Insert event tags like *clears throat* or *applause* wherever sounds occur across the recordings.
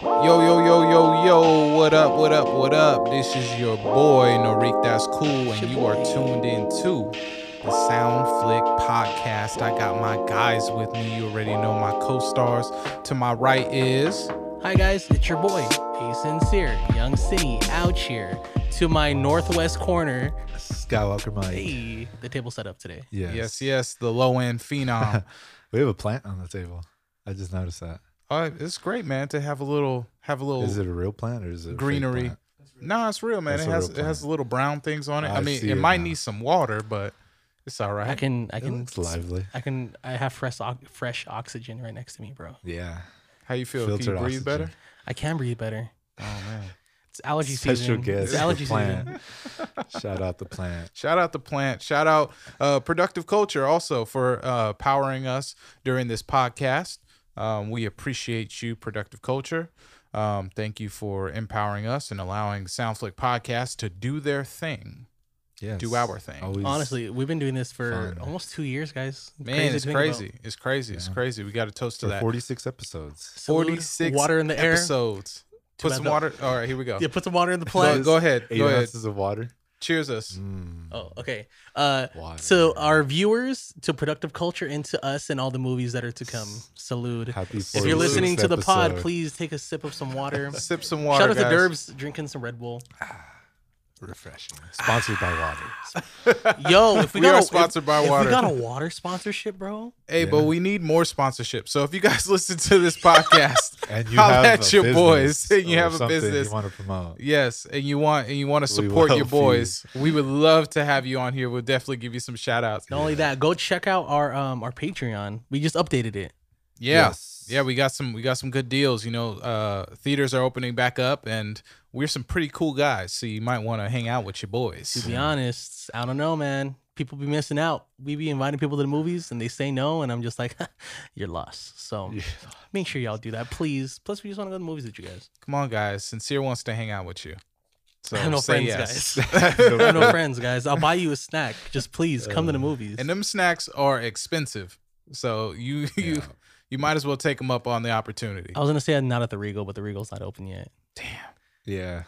Yo, yo, yo, yo, yo, what up, what up, what up? This is your boy, Norik That's Cool, and you are tuned in to the Sound Flick Podcast. I got my guys with me. You already know my co stars. To my right is. Hi guys, it's your boy, A Sincere, Young City, out here to my northwest corner. Skywalker Mike. Hey, the table set up today. Yes. Yes, yes, the low end *laughs* phenom. We have a plant on the table. I just noticed that. uh, it's great, man, to have a little, have a little Is it a real plant or is it a fake Oh. greenery. plant? Nah, it's real, man. That's it a has real it has plant. little brown things on it. I, I mean, see it it might now. need some water, but it's all right. I can, I It can, looks lively. I can, I have fresh, ox- fresh oxygen right next to me, bro. Yeah. How you feel? Can you Filtered breathe oxygen. better? I can breathe better. Oh man. It's allergy Special season. guest. It's allergy Allergy season. plant. *laughs* Shout out the plant. Shout out the plant. Shout out uh, Productive Culture also for uh, powering us during this podcast. Um, we appreciate you, Productive Culture. Um, thank you for empowering us and allowing Soundflick Podcast to do their thing. Yes. Do our thing. Always- Honestly, we've been doing this for Fun. almost two years, guys. Man, to it's think about. crazy. It's crazy. It's crazy. We got a toast to for that. 46 episodes. Salute, 46 water in the air. episodes. Put bad some that- water. All right, here we go. Yeah, put some water in the Go, plant. go ahead. Eight Go ahead. ounces of water. Cheers us. Mm. Oh, okay. Uh, Water. So our viewers to productive culture and to us and all the movies that are to come. Salute. Happy If you're 46th listening to the pod, episode. please take a sip of some water. Sip *laughs* some water. Shout out guys. to Derbs drinking some Red Bull. Refreshing. Sponsored by water. *laughs* Yo, if we, We got are a, sponsored if, by if water. we got a water sponsorship, bro. Hey, but Yeah. we need more sponsorships. So if you guys *laughs* listen to this podcast, *laughs* And you holla have at a your business boys, and *laughs* you or have a something business. you want to promote. yes, and you want and you want to We support your love boys, we would love to have you on here. We'll definitely give you some shout outs. Not only that, go check out our um our Patreon. We just updated it. Yeah. Yes. Yeah, we got some we got some good deals. You know, uh theaters are opening back up and we're some pretty cool guys, so you might want to hang out with your To boys. be honest, I don't know, man. People be missing out. We be inviting people to the movies and they say no, and I'm just like, *laughs* you're lost. *laughs* So Yeah. make sure y'all do that, please. Plus, we just want to go to the movies with you guys. Come on, guys. Sincere wants to hang out with you. So I have no say friends, yes. guys. *laughs* I have no friends, guys. I'll buy you a snack. Just please come to the movies. *laughs* Uh, and them snacks are expensive. So you *laughs* you Yeah. you might as well take them up on the opportunity. I was gonna say I'm not at the Regal, but the Regal's not open yet. Yeah.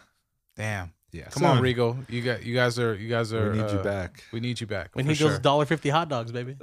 Damn. Yeah. Come on, Regal. You got you guys are you guys We are need you uh, back. *laughs* We need you back. When for he sure. goes dollar fifty hot dogs, baby.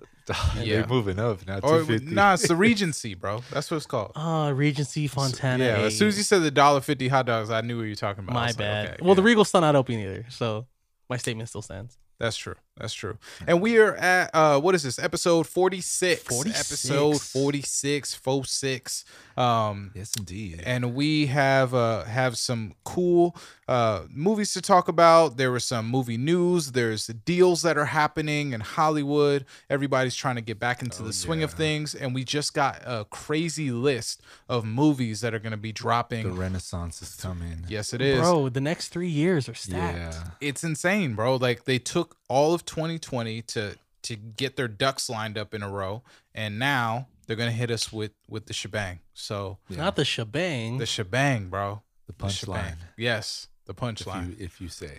Yeah. They're moving up now. or 250. nah, it's the Regency, bro. That's what it's *laughs* called. Ah, Regency Fontana. yeah, hey, as soon as you said the dollar fifty hot dogs, I knew what you were talking about. I my was like, bad. okay, well, the yeah. Regal's still not open either, so my statement still stands. that's true. That's true. And we are at uh what is this? Episode forty six. 46. Episode forty six, four six. Um Yes, indeed. and we have uh, have some cool uh, movies to talk about. There was some movie news. There's deals that are happening in Hollywood. Everybody's trying to get back into Oh, the swing of yeah. things, and we just got a crazy list of movies that are going to be the dropping. Renaissance is coming. yes, it is. Bro, the next three years are stacked. Yeah. It's insane, bro. Like they took all of 2020 to to get their ducks lined up in a row, and now they're going to hit us with with the shebang. So Yeah. Not the shebang. the shebang, bro. The The shebang. punchline. Yes, the If punchline. you, if you say.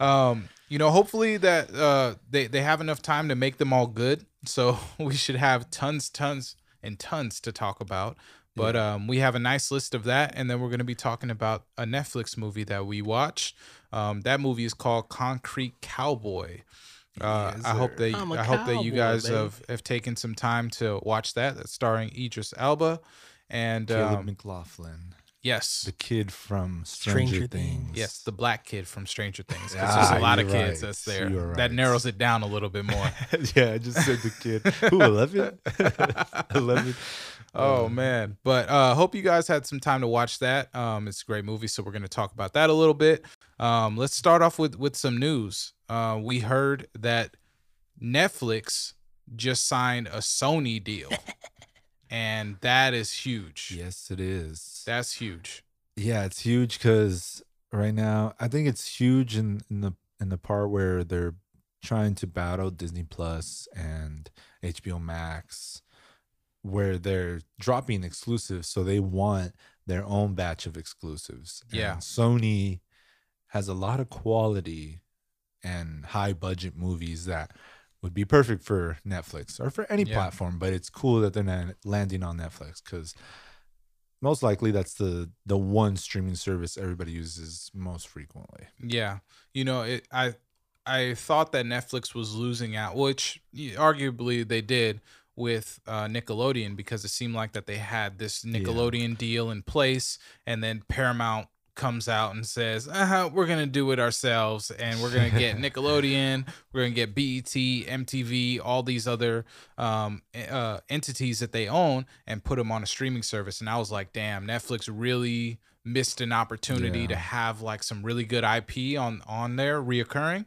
um you know hopefully that uh they they have enough time to make them all good so *laughs* we should have tons tons and tons to talk about but um we have a nice list of that and then we're going to be talking about a netflix movie that we watched um that movie is called concrete cowboy uh, Yes, I hope sir. that I'm a I hope that you cowboy, guys baby. have, have taken some time to watch that. That's starring Idris Elba, and Caleb um, McLaughlin, yes, the kid from Stranger, Stranger Things. Things. Yes, *laughs* the *laughs* black kid from Stranger Things. 'cause Ah, there's a lot of you're kids right. that's there. You're That right. narrows it down a little bit *laughs* more. yeah, I just said the kid. Who, *laughs* 11? 11. uh, oh man! But uh, hope you guys had some time to watch that. Um, it's a great movie, so we're going to talk about that a little bit. Um, let's start off with with some news. Uh, we heard that Netflix just signed a Sony *laughs* deal, and that is huge. Yes, it is. That's huge. yeah, it's huge because right now I think it's huge in, in the in the part where they're trying to battle Disney Plus and HBO Max, where they're dropping exclusives, so they want their own batch of exclusives. Yeah. And Sony has a lot of quality and high budget movies that would be perfect for Netflix or for any Yeah. platform, but it's cool that they're not landing on Netflix because most likely that's the the one streaming service everybody uses most frequently. Yeah, you know, it, I I thought that Netflix was losing out, which arguably they did with uh, Nickelodeon because it seemed like that they had this Nickelodeon deal in place, and then Paramount comes out and says, uh-huh, "We're gonna do it ourselves, and we're gonna get Nickelodeon, we're gonna get E BET, MTV, all these other um, uh, entities that they own, and put them on a streaming service." And I was like, "Damn, Netflix really." missed an opportunity Yeah. to have like some really good IP on on there reoccurring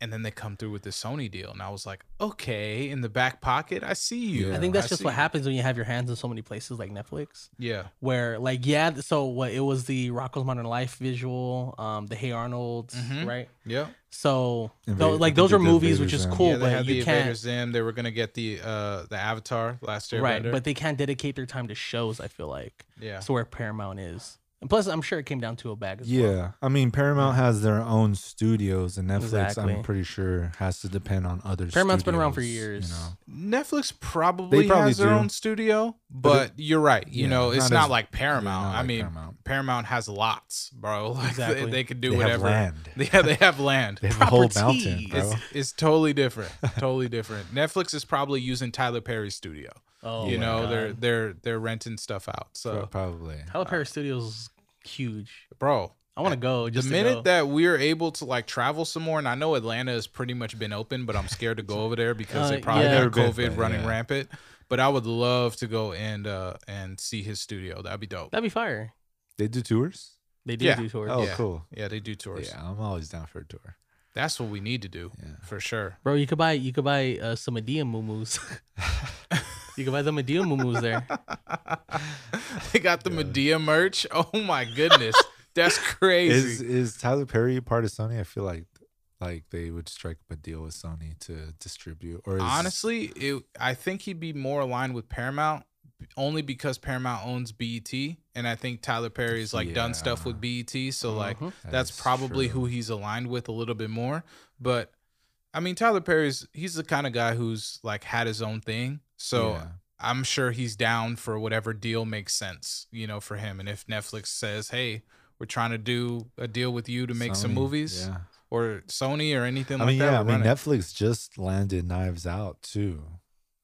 and then they come through with the Sony deal, and I was like, okay, in the back pocket, I see you. Yeah. I think that's just see what you. happens when you have your hands in so many places like Netflix. Yeah, where like yeah th- so what it was the rocko's modern life visual um the hey arnold Mhm. right yeah. so Inva- tho- I like think those they are did movies Invader which is Zim. cool yeah, they but had the you can't Invaders in. They were gonna get the uh the Avatar last year, right but they can't dedicate their time to shows i feel like yeah, that's where paramount is and plus i'm sure it came down to a bag as well Yeah, I mean Paramount has their own studios, and Netflix, Exactly. I'm pretty sure, has to depend on other. Paramount's been around for studios, years. Netflix probably, They probably has their do. own studio, but, you're right. You Yeah, know, it's not not as- like They're Paramount. not I like mean, Paramount. Paramount. has lots, bro. *laughs* Like they, Exactly. they could do They have whatever. land. *laughs* Yeah, they have land. They have a whole Property. mountain, bro. it's, it's totally *laughs* different. Totally different. Netflix is probably using Tyler Perry's studio. oh you my know, they're God. they're they're renting stuff out. So Pro- probably. tyler perry studios is huge bro i want to go the just minute that that we're able to like travel some more and i know atlanta has pretty much been open but i'm scared to go over there because Uh, they probably yeah. got Never covid been, but running yeah. rampant but i would love to go and uh and see his studio that'd be dope that'd be fire They do tours. they do Yeah. do tours Oh, Yeah. cool. yeah they do tours Yeah, I'm always down for a tour. that's what we need to do Yeah. for sure bro you could buy you could buy uh, some medea mumus *laughs* you could buy the medea mumus there *laughs* they got the Yeah. medea merch *laughs* oh my goodness *laughs* that's Is crazy is Tyler Perry part of Sony? I feel like like they would strike up a deal with Sony to distribute. Or is, honestly it, i think he'd be more aligned with paramount only because paramount owns bet and i think tyler perry's like done stuff with bet *laughs* so like Mhm. Uh-huh. that that's is probably true. who he's aligned with a little bit more. But I mean, Tyler Perry's he's the kind of guy who's like had his own thing. So Yeah. I'm sure he's down for whatever deal makes sense, you know, for him. And if Netflix says, hey, we're trying to do a deal with you to make some Sony, movies Yeah. or Sony or anything I like mean, that. yeah. I we're mean, running." Netflix just landed Knives Out too.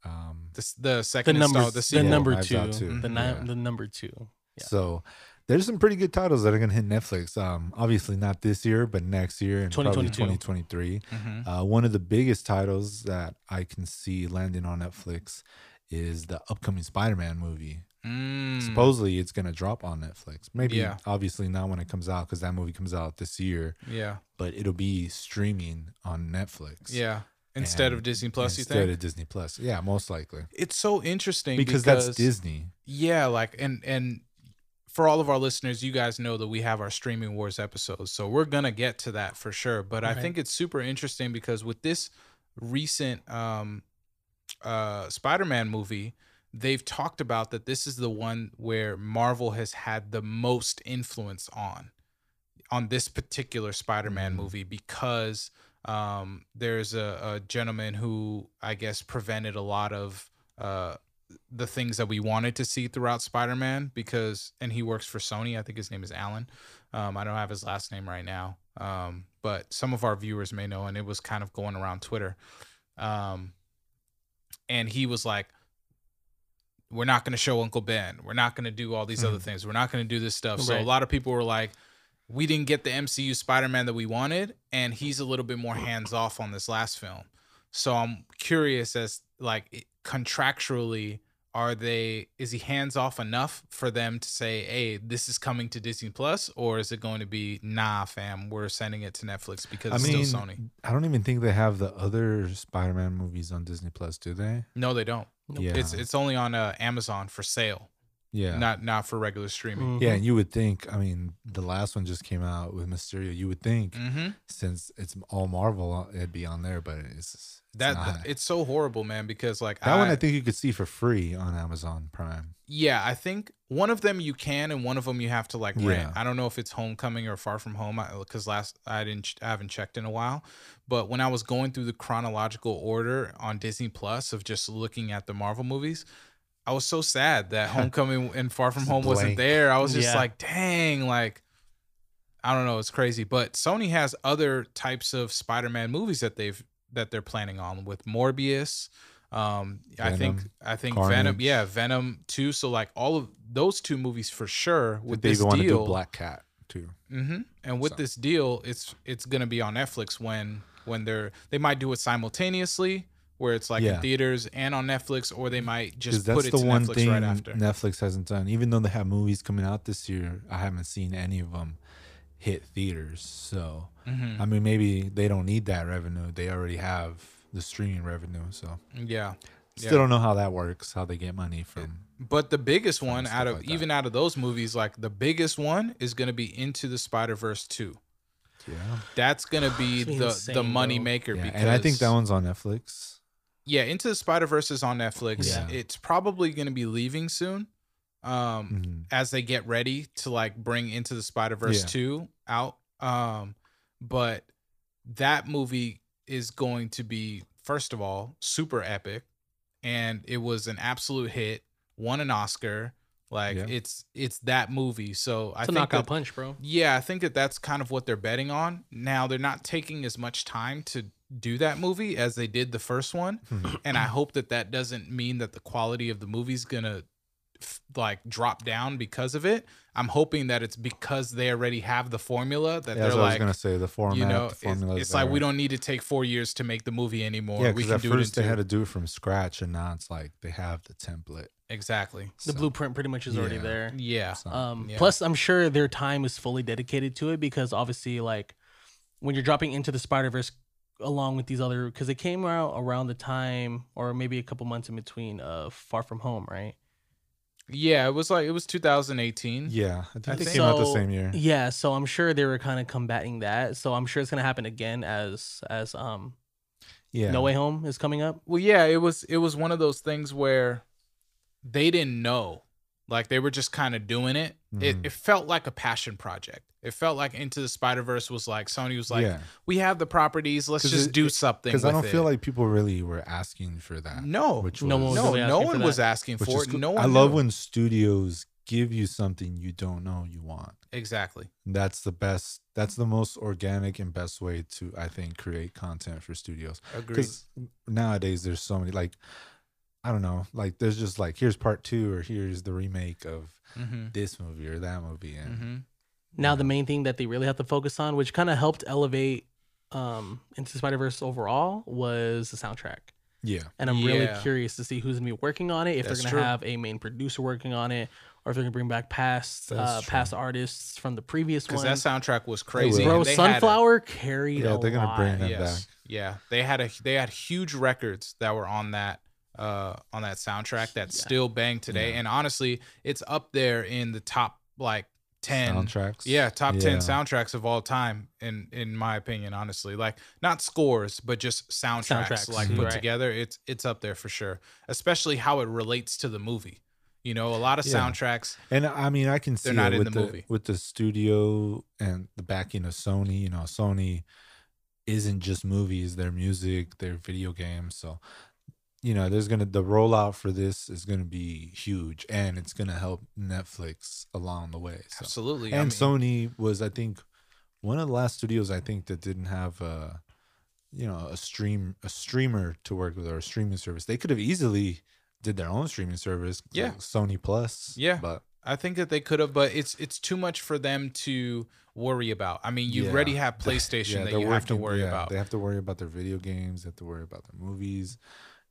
Um, the, s- the second the the number the the sequel. number Knives two, Out too. the ni- Yeah. the number two Yeah. So there's some pretty good titles that are gonna hit Netflix. Um, obviously not this year, but next year and probably 2022. 2023. Mhm. Uh, one of the biggest titles that I can see landing on Netflix is the upcoming Spider-Man movie. Mm. Supposedly it's gonna drop on Netflix. Maybe Yeah. obviously not when it comes out because that movie comes out this year, yeah, but it'll be streaming on Netflix. yeah. Instead of And Disney Plus, you instead think of Disney Plus. Yeah, most likely it's so interesting because, because, that's Disney. Yeah, like and and for all of our listeners, you guys know that we have our streaming wars episodes. So we're going to get to that for sure, but I Right. think it's super interesting because with this recent um uh Spider-Man movie, they've talked about that this is the one where Marvel has had the most influence on on this particular Spider-Man Mhm. movie because um there's a, a gentleman who I guess prevented a lot of uh the things that we wanted to see throughout Spider-Man because and he works for Sony. I think his name is Alan. Um, I don't have his last name right now, um, but some of our viewers may know, and it was kind of going around Twitter. Um, and he was like, "We're not going to show Uncle Ben. We're not going to do all these other Mhm. things. We're not going to do this stuff." So a Right. lot of people were like, "We didn't get the MCU Spider-Man that we wanted," and he's a little bit more hands off on this last film. So I'm curious as like it- contractually are they is he hands off enough for them to say hey this is coming to disney plus or is it going to be nah fam we're sending it to netflix because I it's mean, still sony I don't even think they have the other Spider-Man movies on Disney Plus, do they? no they don't Nope. Yeah, it's it's only on uh, amazon for sale yeah, not not for regular streaming Mm-hmm. yeah. And you would think, I mean, the last one just came out with Mysterio. You would think hmm since it's all Marvel, uh, it'd be on there, but it's, it's that not. it's so horrible man because like that one I think you could see for free on Amazon Prime. Yeah, I think one of them you can, and one of them you have to like rent. Yeah. I don't know if it's Homecoming or Far From Home, because last I didn't, ch- I haven't checked in a while. But when I was going through the chronological order on Disney Plus of just looking at the Marvel movies, I was so sad *laughs* that Homecoming and Far From Home wasn't Blank. there. I was just Yeah. like, dang, like I don't know, it's crazy. But Sony has other types of Spider-Man movies that they've that they're planning on with Morbius. Um, I think Venom, I think Venom, Carnage. yeah, Venom too. So like all of those two movies for sure with they this even want to do deal. Black Cat too. hmm And with So. this deal, it's it's gonna be on Netflix when when they're they might do it simultaneously, where it's like in Yeah. theaters and on Netflix, or they might Because just put that's it the to one Netflix thing right after. Netflix hasn't done. Even though they have movies coming out this year, I haven't seen any of them hit theaters. So Mhm. I mean, maybe they don't need that revenue. They already have the streaming revenue. So Yeah, still Yeah. don't know how that works. How they get money from but the biggest one stuff out of like that. even out of those movies, like the biggest one is gonna be Into the Spider Verse two. yeah. That's gonna be That's the the insane, money bro. maker yeah. because And I think that one's on Netflix. yeah, Into the Spider Verse is on Netflix. Yeah. It's probably gonna be leaving soon. Um, Mhm. as they get ready to like bring into the Spider Verse Yeah. 2 out. Um, but that movie is going to be, first of all, super epic. And it was an absolute hit, won an Oscar. Like Yeah. it's it's that movie. So I It's a think knockout that- punch, bro. yeah, I think that that's kind of what they're betting on. Now they're not taking as much time to do that movie as they did the first one, Hmm. *clears throat* and I hope that that doesn't mean that the quality of the movie's gonna f- like drop down because of it. I'm hoping that it's because they already have the formula that Yeah, they're that's what I was like, gonna say. The format, you know, the it's, formula. it's like we don't need to take four years to make the movie anymore. Yeah, we because can at do first it in two. they had to do it from scratch, and now it's like they have the template. exactly. The So, blueprint pretty much is already Yeah. there. Yeah, so- Um, Yeah. Plus, I'm sure their time is fully dedicated to it because obviously, like when you're dropping into the Spider Verse along with these other, because it came out around the time or maybe a couple months in between uh, Far From Home, right? yeah. It was like it was 2018. Yeah, I think I they think came out the so. same year. Yeah, so I'm sure they were kind of combating that. So I'm sure it's gonna happen again as as um Yeah, No Way Home is coming up. Well, yeah, it was it was one of those things where they didn't know. Like they were just kind of doing it. It Mhm. it felt like a passion project. It felt like Into the Spider-Verse was like Sony was like, yeah, "We have the properties, let's 'Cause just it- do it- something because with I don't it." feel like people really were asking for that. no. which No one was, was no, really no asking one for was that. asking which for is it. cool. No one I love knew. when studios give you something you don't know you want. Exactly. That's the best. That's the most organic and best way to, I think, create content for studios. Agreed. Because nowadays there's so many like, I don't know, like there's just like here's part two or here's the remake of Mhm. this movie or that movie, and Mhm. Now the main thing that they really have to focus on, which kind of helped elevate um into Spider Verse overall, was the soundtrack. yeah, And I'm Yeah. really curious to see who's gonna be working on it. If That's they're gonna true. have a main producer working on it, or if they're gonna bring back past That's uh, true. past artists from the previous Cuz one. that soundtrack was crazy. will. and Bro, they had a- Sunflower carried. Yeah, a they're gonna bring lot. them Yes. Yeah, they had a they had huge records that were on that uh on that soundtrack that Yeah. still bang today. Yeah. And honestly, it's up there in the top like ten. soundtracks. Yeah, top Yeah. ten soundtracks of all time, in in my opinion, honestly. Like not scores, but just soundtracks, Soundtracks, like mhm. put right. together. It's it's up there for sure. Especially how it relates to the movie. You know, a lot of Yeah. soundtracks. And I mean, I can see They're not it in with the the, movie. with the studio and the backing of Sony. You know, Sony isn't just movies; their music, their video games. So, you know, there's gonna the rollout for this is gonna be huge, and it's gonna help Netflix along the way. So. Absolutely. And Sony was, I think, one of the last studios I think that didn't have a, you know, a stream a streamer to work with or a streaming service. They could have easily did their own streaming service. Yeah. like Sony Plus. Yeah. but *laughs* I think that they could have, but it's it's too much for them to worry about. I mean, you *laughs* Yeah. already have They- PlayStation yeah, that they're you have to working- worry yeah, about. They have to worry about their video games. They have to worry about their movies.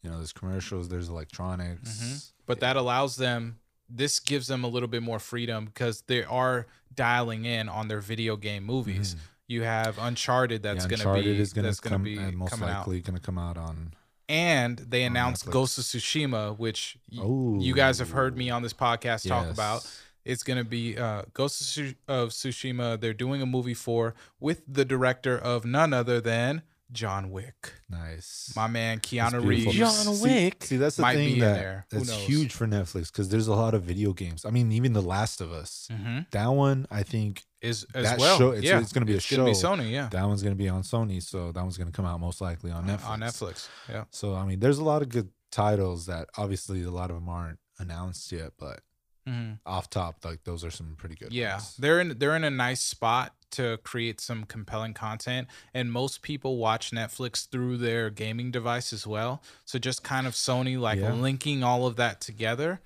You know, there's commercials. There's electronics. Mm-hmm. Mhm. but that allows them this gives them a little bit more freedom because they are dialing in on their video game movies Mhm. you have uncharted that's yeah, going Uncharted to be is gonna that's going come- to be and most coming out likely going to come out on. and they on announced Netflix. ghost of tsushima which y- Oh, you guys have heard me on this podcast talk about Yes. it's going to be uh, ghost of, Tsu- of tsushima they're doing a movie for with the director of none other than john wick Nice. my man keanu beautiful. reeves John See- Wick. See, that's the might thing be in that there. Who that's knows? huge for Netflix because there's a lot of video games. I mean, even The Last of Us. hmm That one, I think is as that well show. It's, yeah it's going to be a it's show. going to be sony yeah That one's going to be on Sony, so that one's going to come out most likely on Netflix. on Uh, netflix yeah So I mean, there's a lot of good titles that obviously a lot of them aren't announced yet, but Mhm. off top, like those are some pretty good. Yeah, ones. they're in they're in a nice spot to create some compelling content, and most people watch Netflix through their gaming device as well. So just kind of Sony like Yeah. linking linking all of that together.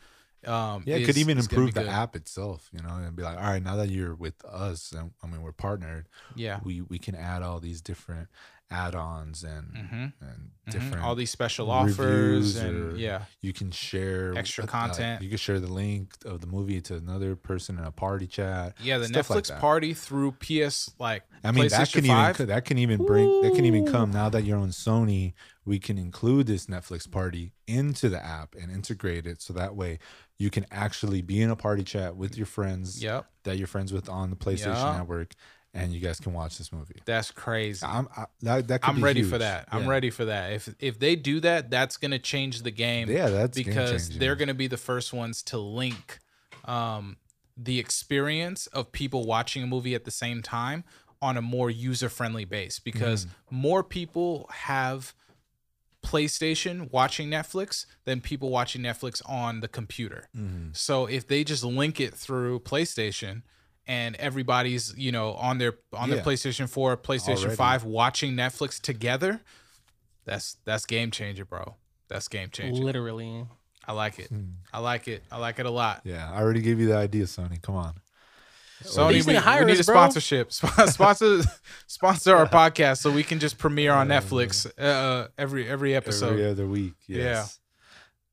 Um, Yeah, it could even improve the app itself, you know, and be like, all right, now that you're with us, and I mean, we're partnered, Yeah, we we can add all these different add-ons and hmm and different. all these special reviews offers or- and yeah, you can share Extra uh, uh, content. you can share the link of the movie to another person in a party chat. yeah. The stuff like Netflix that. party through PS like I mean, that PlayStation can 5? even that can even bring that can even come now that you're on Sony. We can include this Netflix party into the app and integrate it so that way you can actually be in a party chat with your friends Yep, that you're friends with on the PlayStation Yeah. Network, and you guys can watch this movie. that's crazy. I'm I, that, that Ah, I'm could be ready for huge. that. I'm Yeah. ready for that. If if they do that, that's gonna change the game. Yeah, that's because game-changing. they're going to be the first ones to link um, the experience of people watching a movie at the same time on a more user friendly base Mm. because more people have PlayStation watching Netflix than people watching Netflix on the computer. Mhm. So if they just link it through PlayStation and everybody's, you know, on their on Yeah. their PlayStation 4, PlayStation Already. 5 watching Netflix together, that's that's game changer, bro. That's game changer. Literally. I like it. I like it. I like it a lot. Mm-hmm. Yeah, I already gave you the idea, Sony. Come on. Sony, They just we, need to hire we need us, a bro. sponsorship. *laughs* Sp- *laughs* Sponsor, sponsor our podcast so we can just premiere on Netflix uh, every every episode. every other week. Yeah. Yes.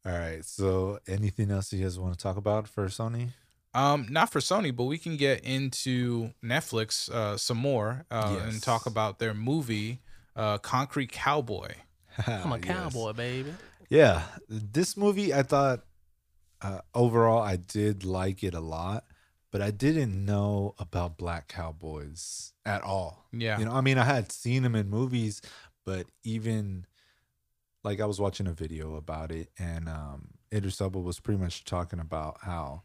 All right. So, anything else you guys want to talk about for Sony? *laughs* Um, not for Sony, but we can get into Netflix uh, some more uh, Yes. and talk about their movie uh, Concrete Cowboy. I'm a Uh, Yes. cowboy, baby. Yeah, this movie I thought uh, overall I did like it a lot, but I didn't know about black cowboys at all. Yeah. You know, I mean, I had seen them in movies, but even like I was watching a video about it, and um, Idris Elba was pretty much talking about how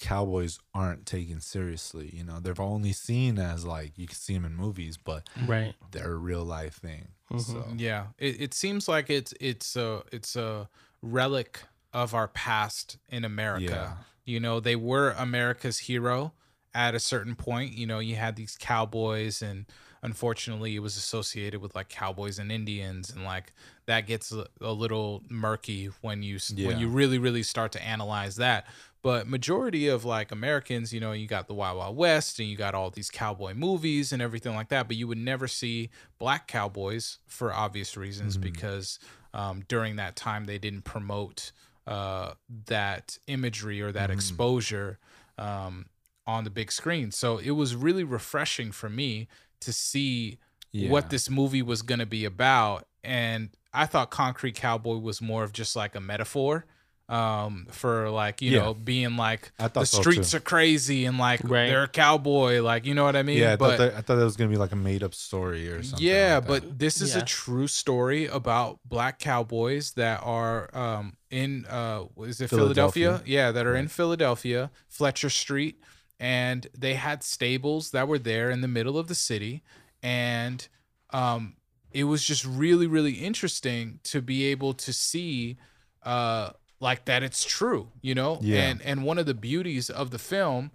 cowboys aren't taken seriously. You know, they're only seen as like you can see them in movies, but Mm-hmm. Right. they're a real life thing. Mhm. So Yeah, it, it seems like it's it's a it's a relic of our past in America. Yeah. You know, they were America's hero at a certain point. You know, you had these cowboys, and unfortunately, it was associated with like cowboys and Indians, and like that gets a, a little murky when you s Yeah. when you really really start to analyze that. But majority of like Americans, you know, you got the Wild Wild West, and you got all these cowboy movies and everything like that. But you would never see black cowboys for obvious reasons Mhm. because um, during that time they didn't promote uh, that imagery or that Mhm. exposure um, on the big screen. So it was really refreshing for me to see Yeah. what this movie was going to be about. And I thought Concrete Cowboy was more of just like a metaphor um, for like, you Yeah. know, being like, I thought the so, too. streets are crazy and like Right. they're a cowboy. Like, you know what I mean? Yeah, I, thought that, I thought that was gonna be like a made up story or something. Yeah, like that. but this is Yeah. a true story about black cowboys that are um, in uh, what is it Philadelphia? Philadelphia. Yeah, that are in Right. Philadelphia, Fletcher Street, and they had stables that were there in the middle of the city, and um, it was just really, really interesting to be able to see uh, like that it's true, you know. Yeah. And and one of the beauties of the film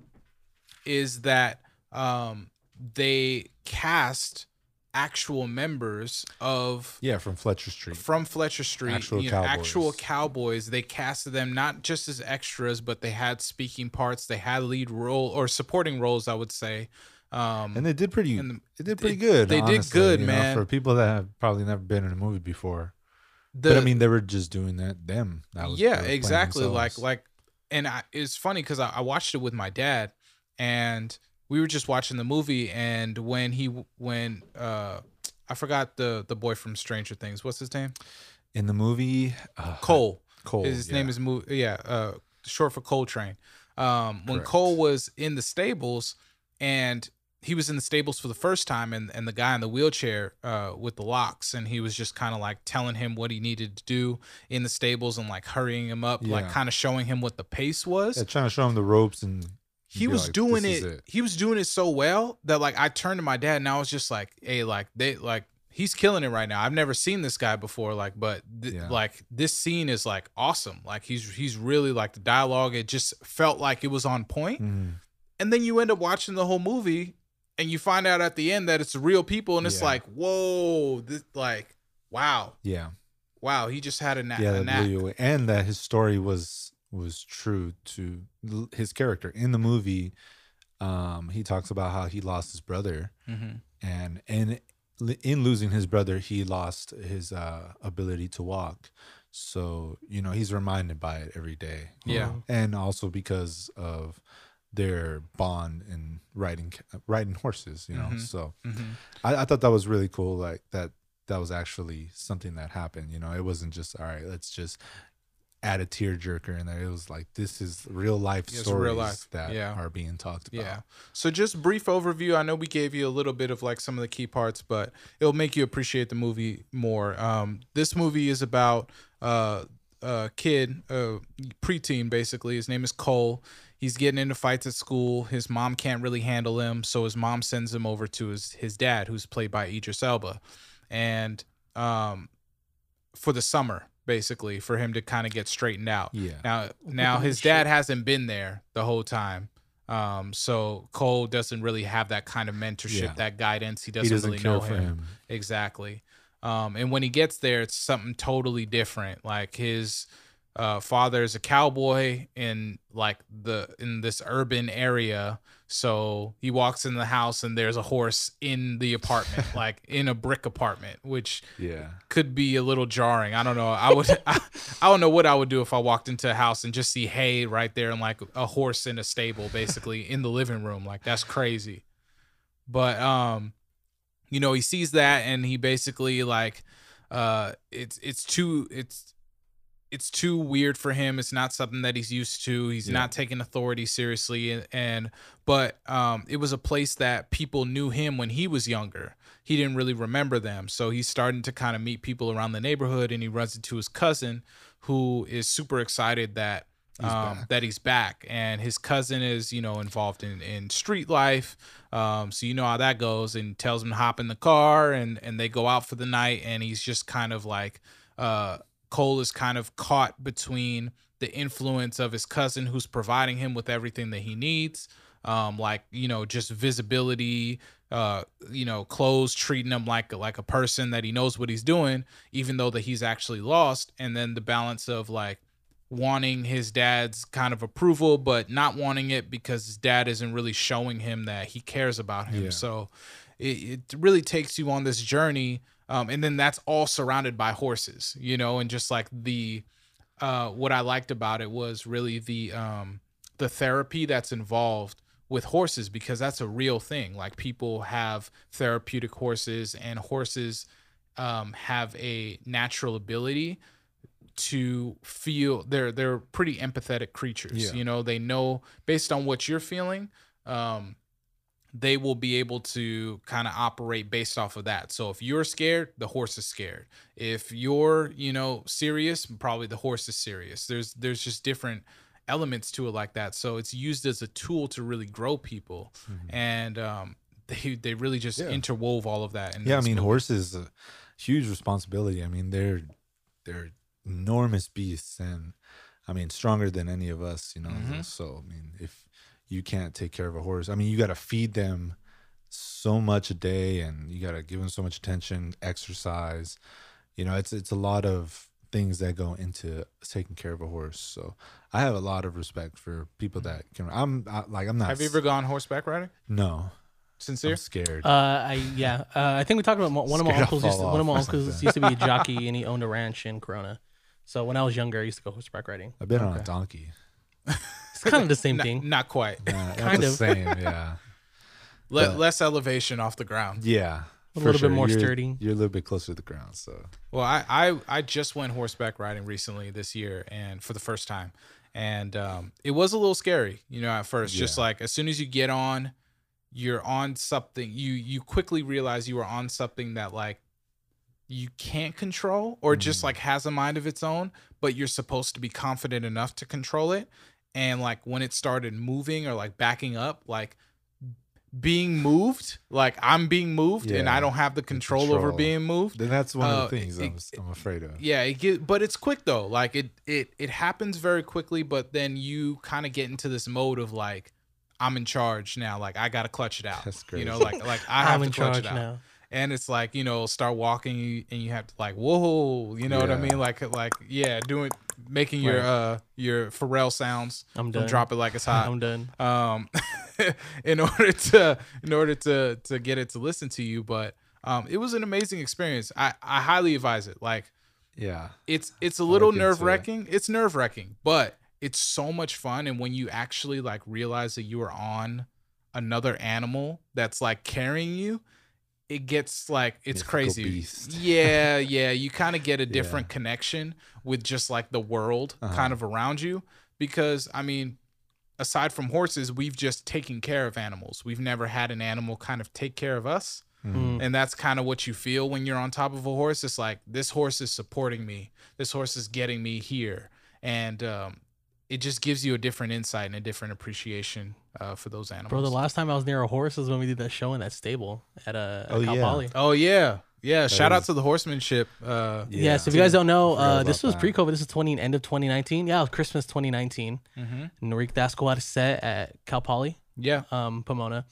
is that um, they cast actual members of yeah, from Fletcher Street. from Fletcher Street, Actual you know, cowboys. actual cowboys. They casted them not just as extras, but they had speaking parts. They had lead role or supporting roles, I would say. Um, And they did pretty. and the- It did pretty they- good. they did honestly, good, you know, man. for people that have probably never been in a movie before, the, but I mean, they were just doing that them. That was, they were yeah, playing exactly. Like themselves. like, and I, it's funny because I, I watched it with my dad, and we were just watching the movie, and when he when uh, I forgot the the boy from Stranger Things, what's his name? in the movie, uh, Cole. Cole. His name yeah. is Mo- yeah, uh, short for Cole Train. Um, when Correct. Cole was in the stables, and he was in the stables for the first time, and and the guy in the wheelchair uh, with the locks, and he was just kind of like telling him what he needed to do in the stables and like hurrying him up, like Yeah. kind of showing him what the pace was Yeah, trying to show him the ropes and he be was like, doing "This it, is he was doing it so well that like i turned to my dad and i was just like hey like they like he's killing it right now. I've never seen this guy before, like, but th- Yeah. like this scene is like awesome. Like he's he's really like the dialogue. It just felt like it was on point. Mhm. And then you end up watching the whole movie, and you find out at the end that it's real people, and it's Yeah. like, whoa, this like, wow, Yeah. wow. He just had a nap. yeah, a that nap. blew you away. and that his story was was true to l- his character in the movie. Um, he talks about how he lost his brother, Mhm. and and l- in losing his brother, he lost his uh, ability to walk. So you know he's reminded by it every day, Yeah. and also because of their bond in riding c- riding horses. You know, Mhm. so Mhm. I, I thought that was really cool. Like that that was actually something that happened. You know, it wasn't just all right. Let's just add a tearjerker in there. It was like this is real life It's real stories life, that yeah. are being talked about. Yeah. So just brief overview. I know we gave you a little bit of like some of the key parts, but it'll make you appreciate the movie more. Um, this movie is about uh, a kid, a preteen basically. His name is Cole. He's getting into fights at school. His mom can't really handle him, so his mom sends him over to his his dad, who's played by Idris Elba, and um, for the summer basically for him to kind of get straightened out. Yeah. Now, now his dad hasn't been there the whole time. Um, so Cole doesn't really have that kind of mentorship, Yeah. that guidance. He doesn't, he doesn't really care know for him. him. Exactly. Um, and when he gets there, it's something totally different. Like his uh, father is a cowboy in like the in this urban area, so he walks in the house and there's a horse in the apartment, *laughs* like in a brick apartment, which Yeah. could be a little jarring. I don't know. I would. *laughs* I, I don't know what I would do if I walked into a house and just see hay right there and like a horse in a stable, basically *laughs* in the living room. Like that's crazy. But um, you know, he sees that and he basically like, uh, it's it's too it's it's too weird for him. It's not something that he's used to. He's Yeah. not taking authority seriously, and, and but um, it was a place that people knew him when he was younger he didn't really remember them. So he's starting to kind of meet people around the neighborhood and he runs into his cousin who is super excited that He's um, back. that he's back. And his cousin is, you know, involved in, in street life. Um, so you know how that goes and tells him to hop in the car and, and they go out for the night. And he's just kind of like, uh, Cole is kind of caught between the influence of his cousin who's providing him with everything that he needs. Um, like, you know, just visibility, uh, you know, clothes, treating him like like a person that he knows what he's doing, even though that he's actually lost. And then the balance of like wanting his dad's kind of approval, but not wanting it because his dad isn't really showing him that he cares about him. Yeah. So it, it really takes you on this journey. Um, and then that's all surrounded by horses, you know, and just like the uh, what I liked about it was really the um, the therapy that's involved with horses because that's a real thing. Like people have therapeutic horses, and horses um, have a natural ability to feel. They're they're pretty empathetic creatures. Yeah. You know, they know based on what you're feeling. Um, they will be able to kind of operate based off of that. So if you're scared, the horse is scared. If you're, you know, serious, probably the horse is serious. There's there's just different elements to it like that. So it's used as a tool to really grow people, Mhm. and um, *laughs* they they really just Yeah. interwove all of that. in Yeah, I this mean movie. horses a huge responsibility. I mean they're they're enormous beasts and I mean stronger than any of us, you know. Mhm. So I mean if you can't take care of a horse, I mean you got to feed them so much a day and you got to give them so much attention, exercise. You know, it's it's a lot of things that go into taking care of a horse. So I have a lot of respect for people that can I'm I, like I'm not Have you ever gone horseback riding? No. Sincere? I'm scared. Uh, I yeah. Uh, I think we talked about mo- one of my Scared I'll uncles. Used to, fall one of my off or uncles something. used to *laughs* be a jockey, and he owned a ranch in Corona. So when I was younger, I used to go horseback riding. I've been on a okay. *laughs* donkey. It's kind of the same Not- thing. not quite. Nah, not Kind the of. same, yeah. Le- But- less elevation off the ground. Yeah. A for little bit more You're- sturdy. You're a little bit closer to the ground, so Well, I, I I just went horseback riding recently this year, and for the first time, and um, it was a little scary, you know, at first. Just Yeah. like as soon as you get on, you're on something. You you quickly realize you are on something that like you can't control, or just Mm. like has a mind of its own, but you're supposed to be confident enough to control it. And like when it started moving or like backing up, like being moved, like I'm being moved and I Yeah, don't have the control, over control. being moved. Then that's one Oh, of the Uh, things it- I'm, s- I'm afraid of. Yeah, it get, but it's quick though. Like it it it happens very quickly, but then you kind of get into this mode of like I'm in charge now. Like I got to clutch it out. That's You know, crazy. like like I have *laughs* I'm to in clutch charge it out. now. And it's like, you know, start walking and you have to like, whoa, you know what I Yeah. mean? Like like yeah, doing making your Right. uh your Pharrell sounds. I'm done. Don't drop it like it's *laughs* hot I'm done. um, *laughs* in order to in order to to get it to listen to you. But um, it was an amazing experience. I I highly advise it. Like Yeah. it's it's a look little into it. nerve wracking. It's nerve wracking, but it's so much fun. And when you actually like realize that you are on another animal that's like carrying you. It gets like it's Mythical crazy. beast. *laughs* Yeah, yeah. You kind of get a Yeah. different connection with just like the world Uh-huh. kind of around you. Because I mean, aside from horses, we've just taken care of animals. We've never had an animal kind of take care of us. mm. Mhm. Mm-hmm. And that's kind of what you feel when you're on top of a horse. It's like, this horse is supporting me, this horse is getting me here. And um, it just gives you a different insight and a different appreciation uh, for those animals. Bro, the last time I was near a horse was when we did that show in that stable at uh, at Oh, Cal yeah. Poly. oh, yeah. Yeah. shout out is- to the horsemanship. Uh, Yeah. so if you guys don't know, Forgot uh, this about was that. pre-COVID. This is 20 end of 2019. Yeah, it was Christmas 2019. mhm. Norik Dasko had a set at Cal Poly, Yeah. um, Pomona,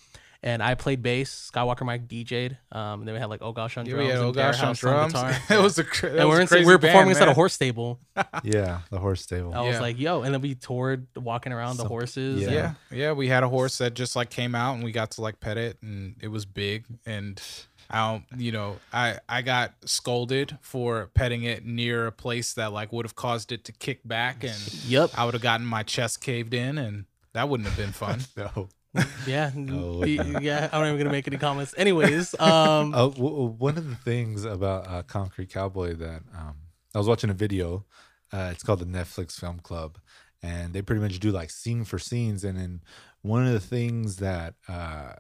and I played bass. Skywalker Mike DJ'd. Um, and then we had like Oh Gosh on Yeah, drums. we had and oh gosh on Bearhouse on drums. *laughs* guitar. it was a cra- that and was we're a in, crazy we were performing band, this at a man. horse stable. Yeah, the horse stable. I was Yeah. like, "Yo!" And then we toured, walking around the Some- horses. yeah. and- Yeah, yeah, we had a horse that just like came out, and we got to like pet it, and it was big. And I don't, you know, I I got scolded for petting it near a place that like would have caused it to kick back, and Yep. I would have gotten my chest caved in, and that wouldn't have been fun. *laughs* No. Yeah. Oh, No, y- yeah. yeah. I'm not even gonna make any comments. *laughs* Anyways, um, Uh, w- w- one of the things about uh, Concrete Cowboy that um, I was watching a video. Uh, it's called the Netflix Film Club, and they pretty much do like scene for scenes. And then one of the things that uh,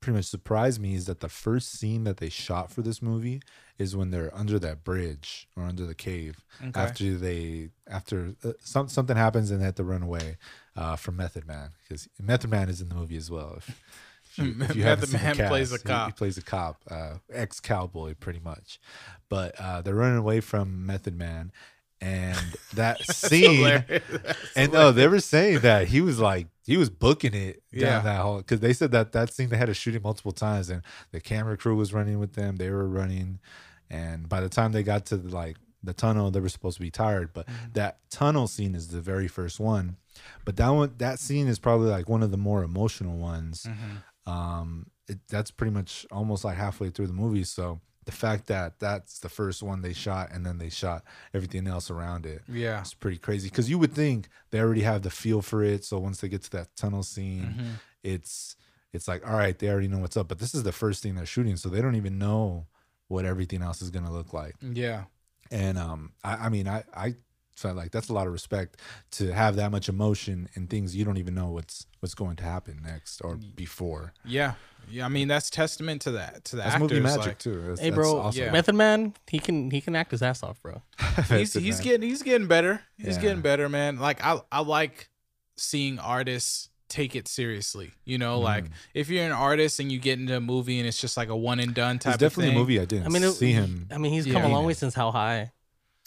pretty much surprised me is that the first scene that they shot for this movie is when they're under that bridge or under the cave Okay. after they after uh, some something happens and they have to run away uh, from Method Man because Method Man is in the movie as well. *laughs* If, if *laughs* you, if you haven't Method seen the Man plays cast, a he- He, cop. plays a cop, uh, ex cowboy, pretty much. But uh, they're running away from Method Man, and *laughs* that scene. Hilarious. *laughs* and no, they were saying that he was like he was booking it Yeah. down that hall because they said that that scene they had to shoot it multiple times, and the camera crew was running with them. They were running, and by the time they got to the, like the tunnel, they were supposed to be tired. But that tunnel scene is the very first one. But that one, that scene is probably like one of the more emotional ones. Mhm. Um, it, that's pretty much almost like halfway through the movie. So the fact that that's the first one they shot, and then they shot everything else around it. Yeah. That's pretty crazy because you would think they already have the feel for it. So once they get to that tunnel scene, Mhm. it's it's like all right, they already know what's up. But this is the first thing they're shooting, so they don't even know what everything else is gonna look like. Yeah. And um, I, I mean, I I felt like that's a lot of respect to have that much emotion in things you don't even know what's what's going to happen next or before. Yeah. Yeah. I mean, that's testament to that to the That's actors. movie magic like, too. That's, hey, that's bro, awesome. yeah. *laughs* Method Man, he can he can act his ass off, bro. he's *laughs* That's it, he's man. getting he's getting better. He's Yeah. getting better, man. Like I I like seeing artists take it seriously. You know, Mm-hmm. like if you're an artist and you get into a movie and it's just like a one and done type It's definitely of a thing. movie I didn't I mean, it- see him. I mean, he's Yeah. come a long way since How High.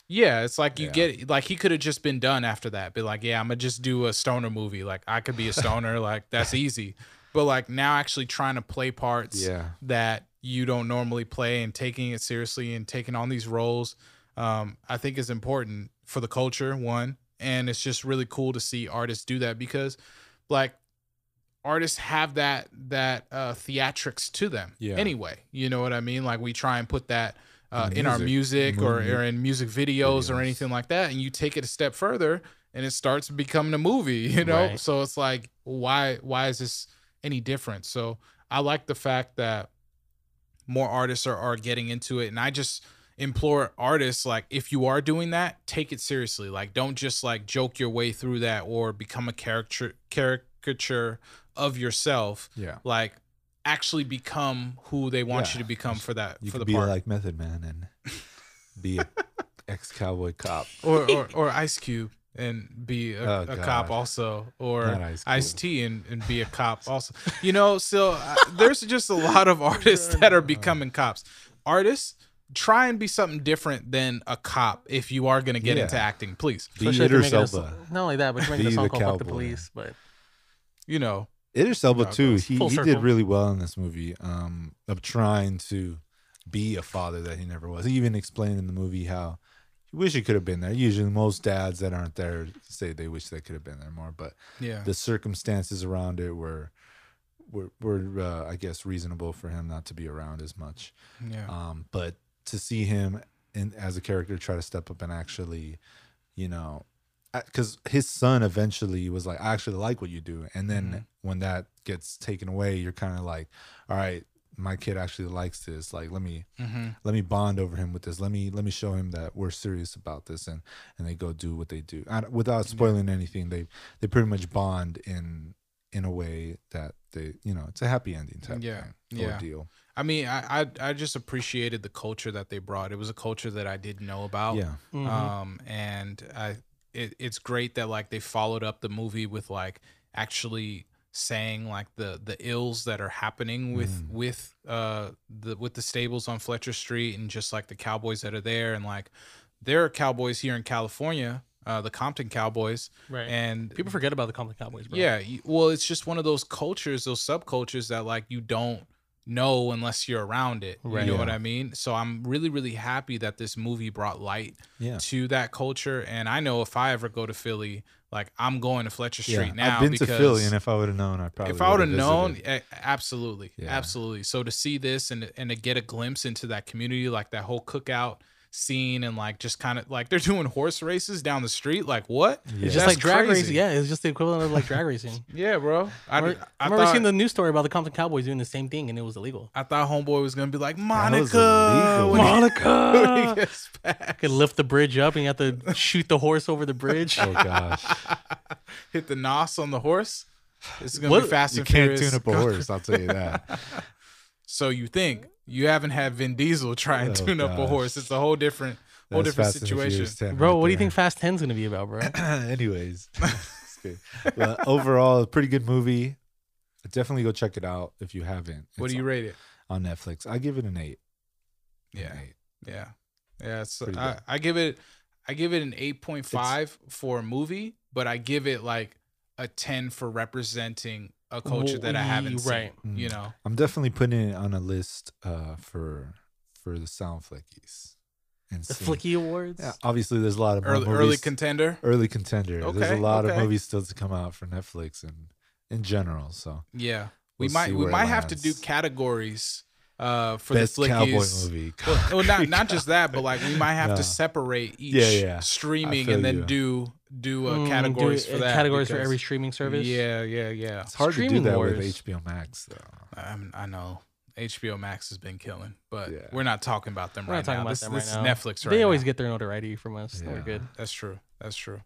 Yeah, it's like you Yeah. get like he could have just been done after that. Be like, yeah, I'm gonna just do a stoner movie. Like I could be a *laughs* stoner. like that's easy. But like now actually trying to play parts Yeah, that you don't normally play and taking it seriously and taking on these roles um, i think is important for the culture one and it's just really cool to see artists do that because like artists have that that uh, theatrics to them Yeah. anyway you know what i mean like we try and put that uh, In in our music, music or, movie- or in music videos or videos. anything like that and you take it a step further and it starts becoming a movie *laughs* you know Right. so it's like why why is this any different so i like the fact that more artists are, are getting into it and i just implore artists like if you are doing that take it seriously like don't just like joke your way through that or become a character caricature of yourself yeah. like actually become who they want Yeah. you to become for that You for the could be part *laughs* like Method Man and be a ex cowboy cop. *laughs* or, or or ice cube and be a, Oh, a God. cop also, Not or Ice Cube. Ice T and, and be a cop also. You know, so uh, there's just a lot of *laughs* artists that are becoming cops. Artists, try and be something different than a cop if you are going to get Yeah. into acting, please. Be Especially if you're Idris making a s- Elba. Not only that, but you're making Be a song the called "Fuck the cowboy. Police." But You know, Idris Elba Oh, too. gosh. He, Full he did circle. really well in this movie. Um, of trying to be a father that he never was. He even explained in the movie how he wish he could have been there. Usually, most dads that aren't there say they wish they could have been there more, but yeah. the circumstances around it were were, were uh, I guess reasonable for him not to be around as much. Yeah. Um, but to see him in, as a character try to step up and actually, you know, because his son eventually was like, I actually like what you do. And then Mhm. when that gets taken away, you're kind of like, all right, my kid actually likes this. Like, let me hmm let me bond over him with this. Let me let me show him that we're serious about this, and and they go do what they do I, don't- without spoiling anything. They they pretty much bond in in a way that they you know it's a happy ending type Yeah, thing, yeah. ordeal. I mean, I, I I just appreciated the culture that they brought. It was a culture that I didn't know about. Yeah, mhm. um and i it, it's great that like they followed up the movie with like actually saying like the the ills that are happening with Mm. with uh the with the stables on fletcher street and just like the cowboys that are there and like there are cowboys here in california uh the compton cowboys right. and People forget about the Compton Cowboys, bro. yeah you- well it's just one of those cultures those subcultures that like you don't know unless you're around it Right. you know Yeah. what i mean so i'm really really happy that this movie brought light yeah. to that culture. And I know if I ever go to Philly, like I'm going to Fletcher Street now. I've been to because Philly, and if I would have known, I probably if I would have would've known, visited. a- absolutely, Yeah. absolutely. So to see this and and to get a glimpse into that community, like that whole cookout scene, and like just kind of like they're *laughs* doing horse races down the street. Like what? Yeah. It's That's just like drag crazy. racing. Yeah, it's just the equivalent of like *laughs* drag racing. Yeah, bro. I, I, I, remember, I I remember thought seeing the news story about the Compton Cowboys doing the same thing, and it was illegal. I thought homeboy was gonna be like was Monica. illegal. when he- when *laughs* he Monica gets back. could lift the bridge up, and you have to shoot the horse over the bridge. *laughs* oh gosh, Hit the nos on the horse. It's gonna be What? fast you and can't furious. tune up a horse. I'll tell *laughs* you that. So you think you haven't had Vin Diesel *laughs* try and Oh, tune up a gosh. horse? It's a whole different, whole That's different Fast and the situation. Furious 10 Bro, right what do you *laughs* there. think Fast 10's gonna be about, bro? *laughs* Anyways, *laughs* Just kidding. Well, overall, a pretty good movie. Definitely go check it out if you haven't. What It's do you rate it? on Netflix? I give it an eight. An Yeah, eight. yeah, yeah. It's, Pretty I, good. I give it, I give it an eight point five for a movie, but I give it like a ten for representing a culture that I haven't Right. seen. Mm. You know, I'm definitely putting it on a list uh, for for the sound flickies and The seeing- Flicky Awards. Yeah, obviously, there's a lot of more early early movies- contender. early contender. there's a Okay, lot okay. of movies still to come out for Netflix and in general. So Yeah, we We'll might see we where it might have to do lands. categories uh for best the flickies. cowboy movie. *laughs* Well, well, *laughs* not not just that, but like we might have to No. separate each Yeah, yeah. I streaming feel and then you. do do uh, Mm, do categories it- for that. Categories for because- every streaming service. Yeah, yeah, yeah. It's hard to do Streaming that wars. with HBO Max though. Um, I know HBO Max has been killing, but Yeah. we're not talking about them We're right not talking now. about this them this right is now. Netflix right they always now. get their notoriety from us. so We're Yeah. good. That's true. That's true.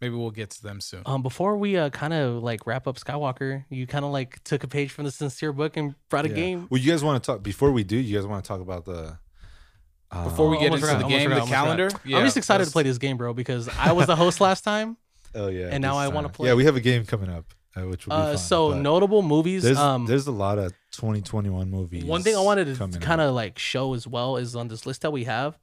Maybe we'll get to them soon. Um, before we uh, kind of like wrap up Skywalker, you kind of like took a page from the sincere book and brought a Yeah. game. Well, you guys want to talk before we do? You guys want to talk about the uh, Before we Oh, get into almost forgot, the almost game, forgot, the almost calendar. I'm just excited to play this game, bro, because I was the host last *laughs* time. oh yeah, and now this I wanna time. play- Yeah, we have a game coming up, uh, which will be Uh, fun, so but notable movies. There's um, there's a lot of 2021 movies. one thing I wanted to coming kind up. of like show as well is on this list that we have.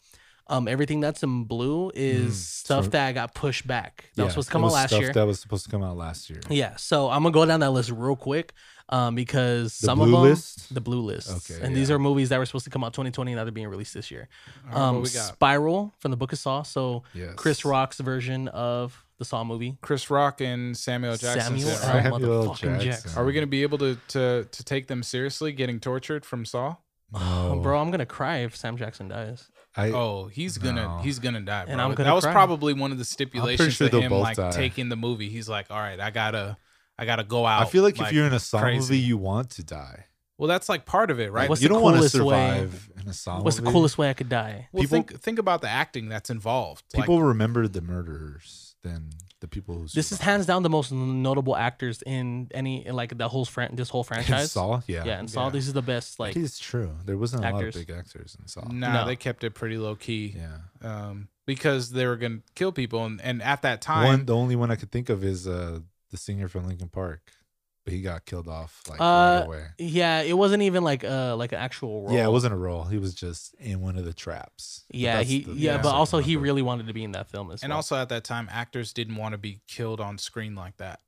Um, everything that's in blue is Mm, stuff so- that got pushed back. That Yeah, was supposed to it come out was last stuff year. That was supposed to come out last year. Yeah, so I'm gonna go down that list real quick, um, because The some blue of them, list? the blue list, Okay, and these yeah. are movies that were supposed to come out 2020 and now they're being released this year. um, Um, we got Spiral from the Book of Saw, so Yes. Chris Rock's version of the Saw movie. Chris Rock and Samuel Jackson. is Samuel that right? L. *laughs* Samuel motherfucking Jackson. Jackson. Are we gonna be able to to to take them seriously? Getting tortured from Saw? Oh, No, bro, I'm gonna cry if Sam Jackson dies. I, Oh, he's gonna No. he's gonna die, bro. And I'm gonna that was cry. probably one of the stipulations sure for they'll him both like die. taking the movie. He's like, all right, I gotta I gotta go out. I feel like, if you're in a Saw crazy. movie, you want to die. well, that's like part of it, right? Like, What's you the don't want to coolest way- survive in a Saw What's the movie. coolest way I could die? well, people- think think about the acting that's involved. People remember the murderers than the people who This is *laughs* survived. hands down the most notable actors in any in, like the whole fran- this *laughs* whole And franchise. Saw, yeah, yeah. and Saw. Yeah. This is the best. Like it is true. There wasn't a lot of actors. big actors in Saw. Nah, No. they kept it pretty low key Yeah, um, because they were gonna kill people, and, and at that time, one the only one I could think of is uh the singer from Linkin Park, but he got killed off like right Uh, away. yeah, it wasn't even like uh like an actual role. Yeah, it wasn't a role. He was just in one of the traps. But Yeah, that's he the- yeah, yeah. but second also one, he but- really wanted to be in that film as and well. also at that time, actors didn't want to be killed on screen like that.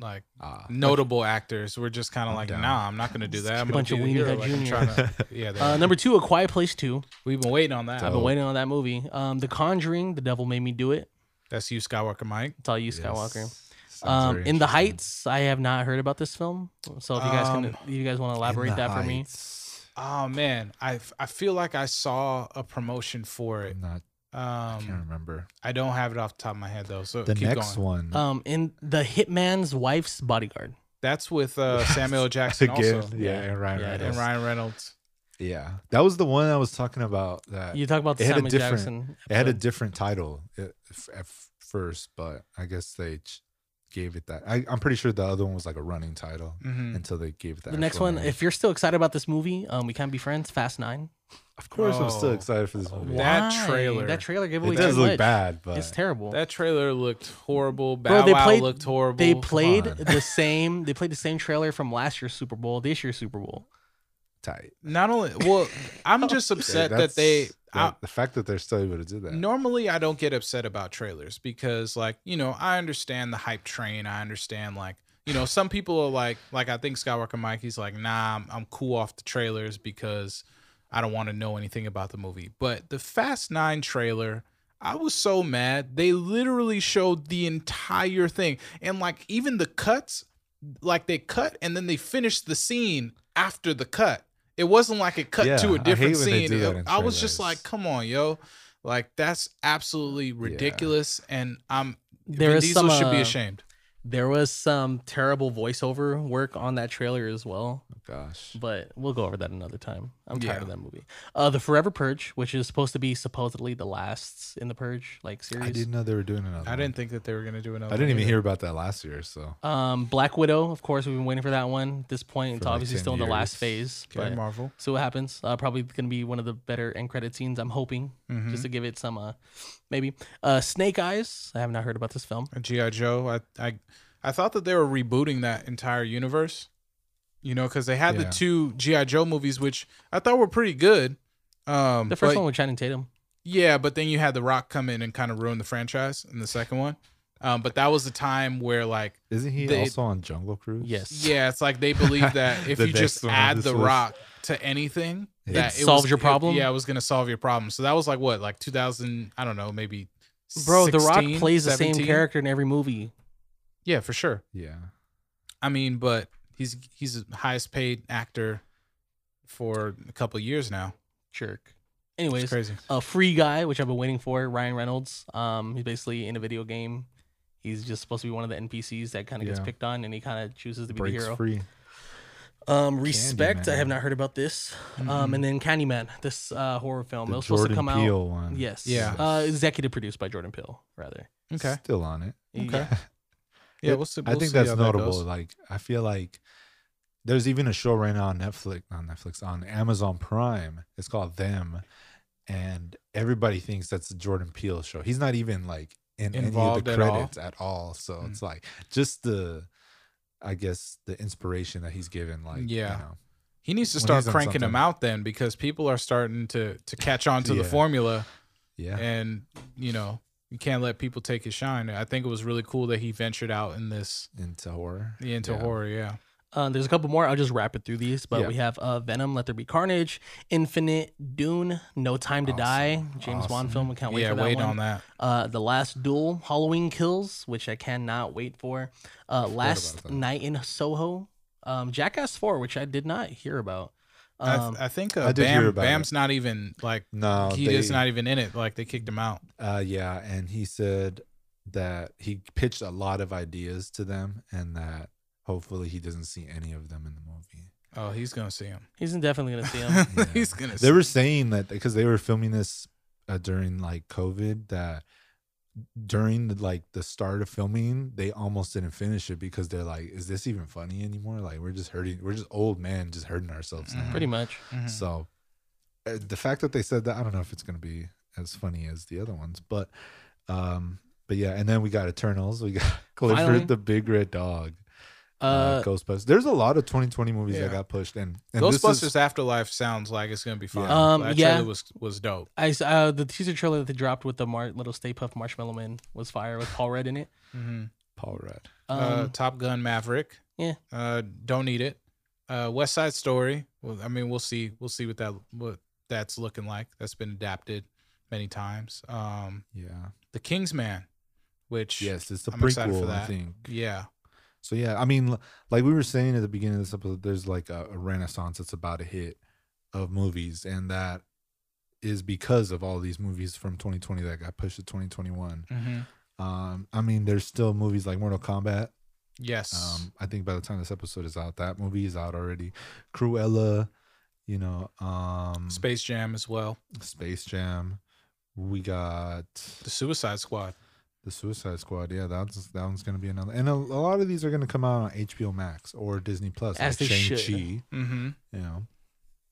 Like Ah. *laughs* notable actors were just kind of I'm like, down. nah, I'm not gonna do that. I'm Bunch gonna of be the weenie hero, head like, I'm juniors. trying *laughs* to- yeah, they- uh, number two, A Quiet Place Two. we've been waiting on that. I've Oh. been waiting on that movie. Um, The Conjuring, The Devil Made Me Do It. That's you, Skywalker Mike. It's all you, Yes. Skywalker. Sounds Um, very In the interesting. Heights, I have not heard about this film. So if you guys can, Um, if you guys want to In elaborate the that for me, Heights. Oh man, I I feel like I saw a promotion for it. I'm not. I can't Um, remember. I don't have it off the top of my head though. So The keep next going. one. *laughs* um, in The Hitman's Wife's Bodyguard. That's with *laughs* uh, Samuel Jackson Again, also yeah, Yeah. and Ryan Yeah, and and Reynolds. Ryan Reynolds. Yeah, that was the one I was talking about. That You talk about the It had a Samuel different- Jackson. it had a episode. different title at, f- at f- first, but I guess they ch- gave it that. I, I'm pretty sure the other one was like a running title Mm-hmm. until they gave it that. the next one, if you're still excited about this movie, um, we can't be friends. Fast Nine. of course I'm still Oh. excited for this movie. That trailer. That trailer gave away it does too look much. bad, but It's terrible. That trailer looked horrible. Bow Bro, they Wow played- looked horrible. they Come played on. the same. They played the same trailer from last year's Super Bowl. This year's Super Bowl. tight. on. Not only, well, *laughs* I'm just upset that That's- they. I- the fact that they're still able to do that. normally, I don't get upset about trailers because, like, you know, I understand the hype train. I understand, like, you know, some people are like, like I think Skywalker Mike. He's like, nah, I'm, I'm cool off the trailers because I don't want to know anything about the movie. But the Fast Nine trailer. I was so mad. They literally showed the entire thing. And like even the cuts, like they cut and then they finished the scene after the cut. It wasn't like it cut Yeah, I to a hate different when they scene. do that It- in I was just trailers. like, come on, yo. Like that's absolutely ridiculous. And I'm There Vin is Diesel some. should be uh, ashamed. There was some terrible voiceover work on that trailer as well, Oh, gosh, but we'll go over that another time. I'm tired Yeah. of that movie. Uh, the Forever Purge, which is supposed to be supposedly the last in the Purge like I series. didn't know they were doing another. I one. didn't think that they were gonna do another. I didn't one even either. hear about that last year. So Um, Black Widow, of course, we've been waiting for that one. At this point, it's For like obviously 10 still in the last years. phase, Okay, but Marvel. see what happens. Uh, probably gonna be one of the better end credit scenes. I'm hoping Mhm. Mm-hmm. just to give it some, uh, maybe. Uh, Snake Eyes. I have not heard about this film. GI Joe. I, I I thought that they were rebooting that entire universe. You know, because they had the Yeah. two GI Joe movies, which I thought were pretty good. Um, The first but- one with Channing Tatum. yeah, but then you had The Rock come in and kind of ruin the franchise in the second one. Um, but that was the time where like, isn't he They- also on Jungle Cruise? Yes. yeah, it's like they believe *laughs* that if The you just next one on add this The list. Rock to anything, It that solves was- your problem? yeah, it was gonna solve your problem. So that was like what, like 2000? I don't know, maybe. Bro, The Rock 16, plays the 17? same character in every movie. Yeah, for sure. Yeah. I mean, but he's he's the highest paid actor for a couple years now. Jerk. It's Anyways, crazy. a free guy, which I've been waiting for, Ryan Reynolds. Um, he's basically in a video game. He's just supposed to be one of the NPCs that kind of gets Yeah. picked on, and he kind of chooses to be the Breaks hero. free. Um, respect. I have Candyman. not heard about this. Mm-hmm. Um, and then Candyman, this uh, horror Oh, film. it The was supposed to Jordan come out. Peele one. Yes. Yeah. Uh, executive produced by Jordan Peele, rather. okay. Still on it. Okay. Yeah, we'll see. I we'll think see that's how that notable. goes. like, I feel like there's even a show right now on Netflix, on Netflix, on Amazon Prime. It's called Them, and everybody thinks that's a Jordan Peele show. He's not even like in Involved any at of all? the Mm. credits at all. So it's like just the, I guess the inspiration that he's given. Like, Yeah. You know, He needs to when start he's on cranking them something. out then, because people are starting to to catch on to the Yeah. formula, yeah. and you know you can't let people take his shine. I think it was really cool that he ventured out in this into horror. into Yeah. horror. Yeah. Uh, there's a couple more. I'll just wrap it through these, but Yeah. we have uh, Venom, Let There Be Carnage, Infinite, Dune, No Time to Awesome. Die, James Bond Awesome. film. We can't wait yeah. for that Wait one. on that. Uh, the Last Duel, Halloween Kills, which I cannot wait for. Uh, Last that. Night in Soho, um, Jackass Four, which I did not hear about. I, th- Um, I think uh, I did hear Bam about it. Bam's not even like No, he they- is not even in it. Like they kicked him out. Uh, yeah, and he said that he pitched a lot of ideas to them, and that hopefully he doesn't see any of them in the *laughs* movie. Oh, he's gonna see him. he's definitely *laughs* gonna see him. he's gonna. They see were saying that because they were filming this uh, during like COVID, that during the, like the start of filming, they almost didn't finish it because they're like, "Is this even funny anymore? Like, we're just hurting. We're just old men just hurting ourselves." now." Mhm. Pretty much. Mhm. So uh, the fact that they said that, I don't know if it's going to be as funny as the other ones, but um, but yeah. And then we got Eternals. We got *laughs* Clifford Finally. the Big Red Dog. Uh, Uh, Ghostbusters. There's a lot of 2020 movies Yeah. that got pushed, and, and this Ghostbusters is- Afterlife sounds like it's gonna be fun. Yeah. Um, that yeah. trailer was was dope. I s- uh, the teaser trailer that they dropped with the mar- little Stay Puff Marshmallow Man was fire with Paul Rudd in it. hmm Paul Rudd. Um, uh, Top Gun Maverick. yeah. Uh, don't need it. Uh, West Side Story. Well, I mean, we'll see. We'll see what that what that's looking like. That's been adapted many times. Um, Yeah. The Kingsman, which Yes, it's the I'm excited for prequel, I that. think. yeah, So yeah, I mean, l- like we were saying at the beginning of this episode, there's like a, a renaissance that's about to hit of movies, and that is because of all these movies from 2020 that got pushed to 2021. hmm Um, I mean, there's still movies like Mortal Kombat. yes, Um, I think by the time this episode is out, that movie is out already. Cruella, you know, um, Space Jam as well. Space Jam. We got The Suicide Squad. the Suicide Squad. Yeah, that's that one's gonna be another. And a, a lot of these are gonna come out on HBO Max or Disney Plus. As like they Shang should. Chi. Mm-hmm. You know,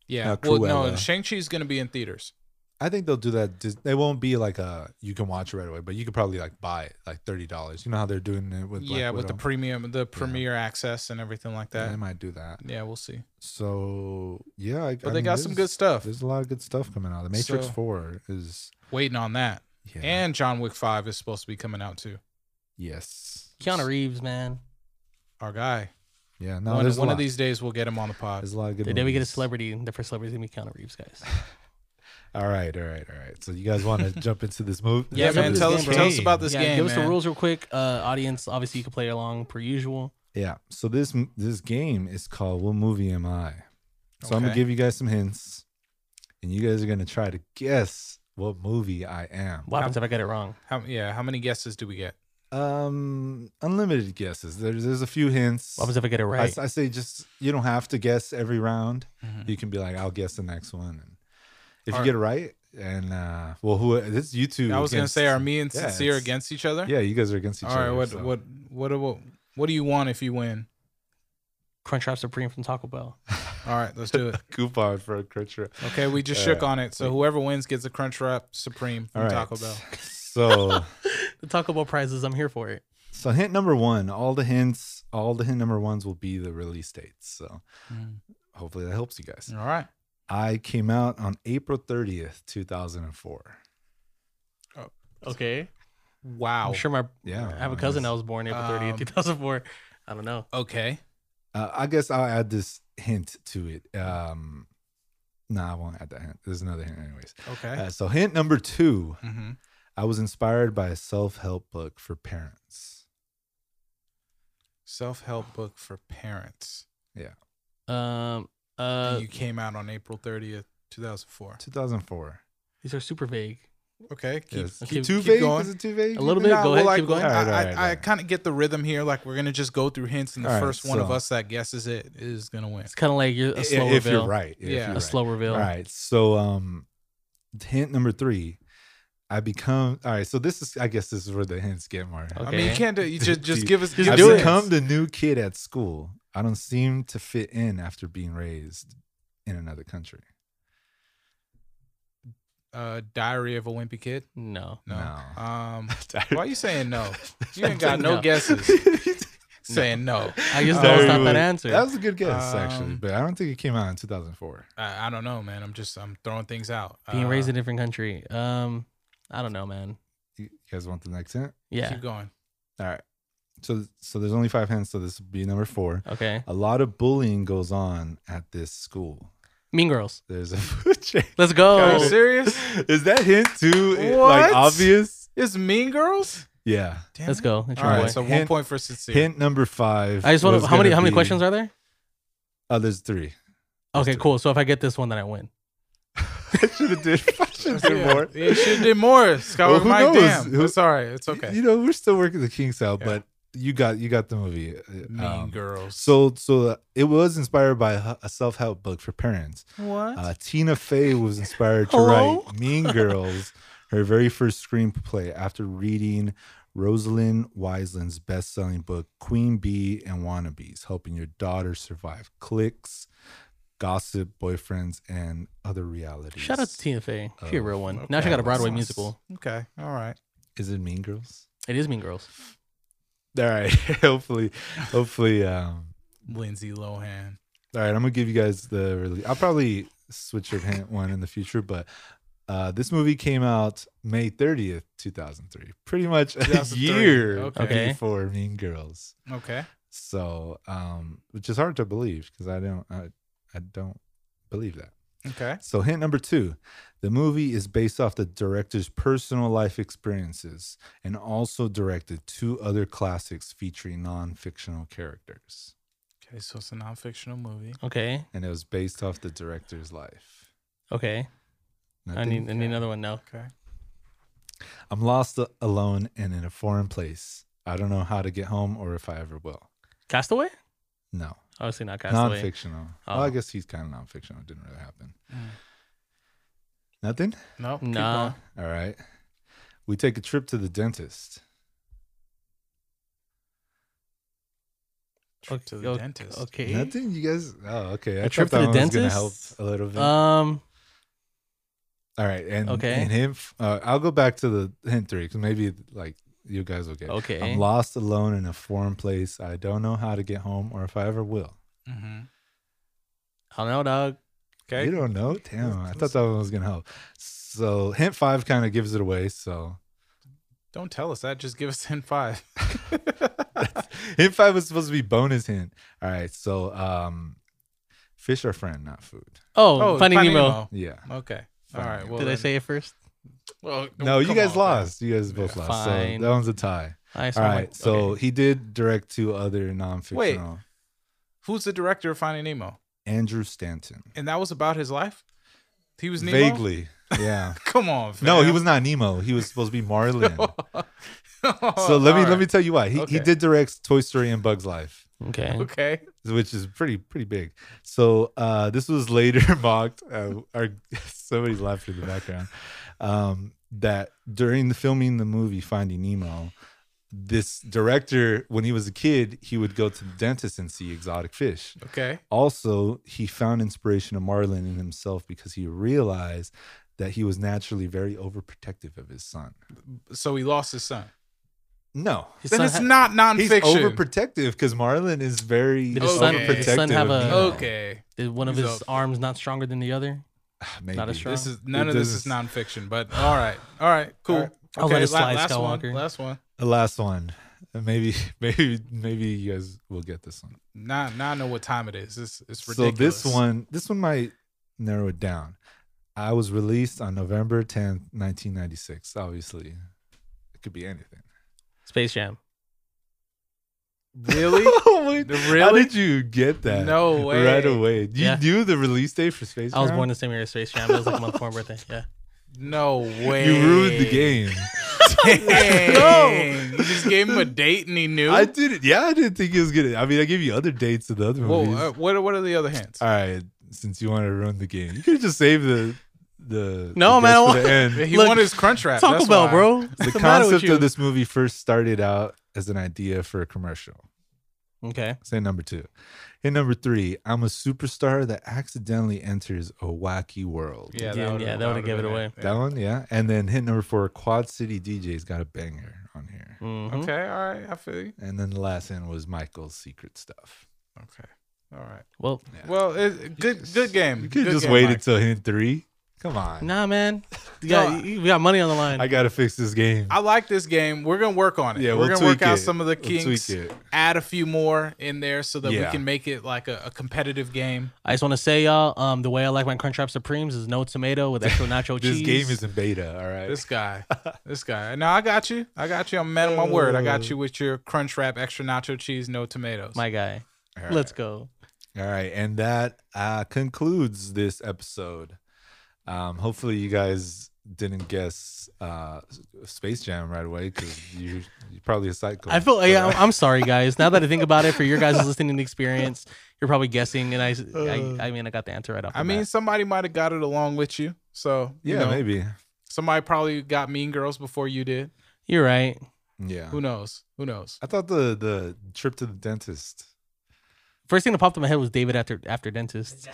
Yeah. Uh, well, no, Cruella. Shang Chi is gonna be in theaters. I think they'll do that. Dis- They won't be like a you can watch it right away, but you could probably like buy it like thirty dollars. You know how they're doing it with Black yeah, with the Widow? premium, the premiere access, and everything like They that. might do that. Yeah, we'll see. So yeah, I, But they got some good stuff. There's a lot of good stuff coming out. The Matrix So- Four is Waiting on that. yeah, And John Wick Five is supposed to be coming out too. yes, Keanu Reeves, man. Our guy. Yeah, no, one there's one a of lot. these days we'll get him on the pod. There's a lot of good. The day we get a movies. celebrity, the first celebrity is gonna be Keanu Reeves, guys. All right, all right, all right. So you *laughs* guys want to jump into this movie? Yeah, Yeah, man. this Tell game, us, bro. tell us about this yeah, game. give us man. the rules real quick. Uh, audience, obviously you can play along per usual. Yeah. So this m- this game is called What Movie Am I? So I'm gonna Okay. give you guys some hints, and you guys are gonna try to guess what movie I am. What happens if I get it wrong? How, yeah, how many guesses do we get? Um, unlimited guesses. There's there's a few hints. What happens if I get it I right? s- I, say just you don't have to guess every round. Mhm. You can be like, I'll guess the next one, and if Our- you get it right, and uh, well, who this YouTube? I was gonna say, are me and yeah, sincere it's- against each other? Yeah, you guys are against each All other. right. What, so- what what do- what what do you want if you win? Crunchwrap Supreme from Taco Bell. All right, let's *laughs* do it. coupon for a cruncher? Okay, we just shook on it. So whoever wins gets a crunch wrap supreme from All right. Taco Bell. *laughs* So. The Taco Bell prizes, I'm here for it. So hint number one, all the hints, all the hint number ones will be the release dates. So Mm-hmm. hopefully that helps you guys. All right. I came out on April 30th, 2004. Okay. Wow. I'm sure my Yeah, I have a I cousin guess. that was born April 30th, Um, 2004. I don't know. Okay. Uh, I guess I'll add this hint to it. Um, no, I won't add that hint. There's another hint, anyways. Okay. Uh, so hint number two, hmm I was inspired by a self-help book for parents. Self help book for parents. Um uh And you came out on April thirtieth, two thousand four. 2004. these are super vague. Okay. Keep, Yes. keep, Keep- Too keep vague? going. Is it too vague? A little bit. Nah, go well, ahead, like, keep going. I, Alright, I, alright, I alright. kind of get the rhythm here. Like we're gonna just go through hints, and the Alright, first one of so- us that guesses it is gonna win. It's kind of like you're a If- slow if reveal. you're right. Yeah. if you're A A right. slow reveal. All right. So um hint number three. I become all right. So this is I guess this is where the hints get more. I mean, you Okay. can't do. You just just *laughs* Dude, give us. just give I us do it. hints. become the new kid at school. I don't seem to fit in after being raised in another country. Uh, Diary of a Wimpy Kid. No. Uh, No. No. Um, *laughs* why are you saying no? You ain't *laughs* got No. no guesses. *laughs* Saying no. I guess Sorry, that's not but- that answer. That was a good guess, actually, Um, but I don't think it came out in 2004. I, I don't know, man. I'm just I'm throwing things out. Being Uh, raised in a different country. Um, I don't know, man. You you guys want the next hint? Yeah. Keep going. All right. So so there's only five hints, so this would be number four. Okay. A lot of bullying goes on at this school. Mean Girls. There's a *laughs* food chain. Let's Are you go. serious? Is that hint too eh, What? like obvious? It's Mean Girls. Yeah. Damn Let's it. go. It's All your right. boy. So one Hint- point for sincere. Hint number five. I just want was to. How many? gonna How many be- questions are there? Oh, there's three. *laughs* Okay, cool. So if I get this one, then I win. I should have did. I should have done Yeah. more. Yeah, you should have did more. Scott *laughs* Well, or who Mike, knows? damn. Who- it's all right. It's okay. You know, we're still working the kinks out, Yeah. but you got you got the movie. uh, mean um, Girls. So so it was inspired by a- a self help book for parents. what? Uh, Tina Fey was inspired *laughs* to Hello? write Mean Girls. her very first screenplay after reading Rosalind Wiseland's best-selling book Queen Bee and Wannabes: Helping Your Daughter Survive Clicks, Gossip, Boyfriends, and Other Realities. Shout out to Tina Fey. She a Oh, real one. now she okay. got a Broadway Nice. musical. Okay. All right. Is it Mean Girls? It is Mean Girls. All right. *laughs* hopefully, hopefully. Um, Lindsay Lohan. All right, I'm gonna give you guys the release. I'll probably switch your hand one in the future, but uh, this movie came out May 30th, 2003. Pretty much a 2003, year okay. before Mean Girls. Okay. So, um, which is hard to believe because I don't, I, I don't believe that. Okay. So, hint number two the movie is based off the director's personal life experiences and also directed two other classics featuring non fictional characters. Okay. So it's a non-fictional movie. Okay. And it was based off the director's life. Okay. And I, need I think- uh, need another one now. Okay. I'm lost a- alone and in a foreign place. I don't know how to get home or if I ever will. Castaway? No, Obviously not Castaway. non-fictional. Well, I Oh. guess he's kind of non-fictional. It didn't really happen. Mm. Nothing. Nope. keep No. going. All right. We take a trip to the dentist. Trip Okay, to the o- dentist. Okay. Nothing. You guys. Oh, okay. I A thought trip to that the one was gonna help dentist? a little bit. Um. All right. And okay. And him. Uh, I'll go back to the hint three because maybe like you guys will get. it. Okay. I'm lost alone in a foreign place. I don't know how to get home or if I ever will. Mm-hmm. I don't know, dog. Okay. You don't know? Damn, I Let's- thought that one was gonna help. So hint five kind of gives it away. So *laughs* Don't tell us that. Just give us *laughs* 10 5. hint five was supposed to be bonus hint. All right, so um, fish are friend, not food. Oh, Finding Nemo. Yeah. Okay. All Finding right. Nemo. Well, Did I then- say it first? Well, No, you Oh, come guys on, lost. You guys both Yeah, lost. fine. So that one's a tie. I All saw my- right. So okay. he did direct two other non-fictional. Who's the director of Finding Nemo? Andrew Stanton. And that was about his life? He was Nemo? Vaguely. *laughs* Yeah. Come on. Fam. no, *laughs* he was not Nemo. He was supposed to be Marlin. so so let me let me tell you why. He he Oh, Okay. did direct Toy Story and Bugs Life. okay. Okay. *laughs* which is pretty pretty big. So uh, this was later *laughs* mocked. Uh, our *laughs* somebody's laughing in the background. Um, that during the filming the movie Finding Nemo, this director, when he was a kid, he would go to the dentist and see exotic fish. Okay. Also, he found inspiration of Marlin in himself because he realized that he was naturally very overprotective of his son. So he lost his son. No. His then son it's ha- not He's nonfiction. overprotective because Marlin is very Did his son- overprotective. did his son have of a- Nemo. okay. Did one of He's his up. arms not stronger than the other? Ah, Maybe. Not as strong. This is none of It this doesn't- is nonfiction, but all right. All right. Cool. All right. I'll let it slide, last one. Skywalker. Last one. The last one. And Maybe, *laughs* maybe, maybe you guys will get this one. Now, now I know what time it is. It's, it's ridiculous. So this one, this one might narrow it down. I was released on November 10th, 1996. Obviously, it could be anything. Space Jam. *laughs* Really? Wait, How really? did you get that? No way. *laughs* Right away. You Yeah. knew the release date for Space I was Jam? born the same year as Space Jam. It was like a month before my birthday. *laughs* Yeah. No way. You ruined the game. Dang. *laughs* No. You just gave him a date and he knew. I did it. Yeah, I didn't think it was good. I mean, I gave you other dates of the other Whoa, movies. uh, what, what are the other hints? All right, since you want to ruin the game, you could just save the the No, the man, best I for want- *laughs* the end. He Look, wanted his crunch wrap. Taco that's Bell, why. bro. What's the matter with concept you? of this movie first started out as an idea for a commercial. Okay. Say number two. And number three, I'm a superstar that accidentally enters a wacky world. Yeah, Yeah, that would yeah, that would've gave it away. That one, yeah. And then hit number four, Quad City DJ's got a banger on here. Mhm. Okay, all right, I feel you. And then the last end was Michael's secret stuff. Okay, all right. Well, Yeah. Well, it, good, good game. You could Good just game, waited Mike. till hint three. Come on. nah, *laughs* man. You got, you- we got money on the line. I gotta fix this game. I like this game. We're gonna work on it. Yeah, we're we'll gonna work tweak out it. some of the We'll tweak kinks. it. add a few more in there so that we Yeah. can make it like a, a competitive game. I just want to say, y'all, um, the way I like my Crunchwrap Supremes is no tomato with *laughs* extra nacho This cheese. game is in beta, all right? This guy, this guy. Now I got you. I got you. I'm a man of my word. I Uh. got you with your crunch wrap, extra nacho cheese, no tomatoes. my guy. All right. Let's go. All right, and that uh, concludes this episode. Um, hopefully, you guys didn't guess uh, Space Jam right away because you you're probably a psycho. I feel. But, Yeah, I'm- uh, I'm sorry, guys. Now that I think about it, for your guys listening to the experience, you're probably guessing, and I, Uh. I, I mean, I got the answer right off. I the mean, bat. somebody might have got it along with you. So you *laughs* yeah, know, maybe. Somebody probably got Mean Girls before you did. You're right. Yeah. Who knows? Who knows? I thought the the trip to the dentist. First thing that popped in my head was David after after dentist.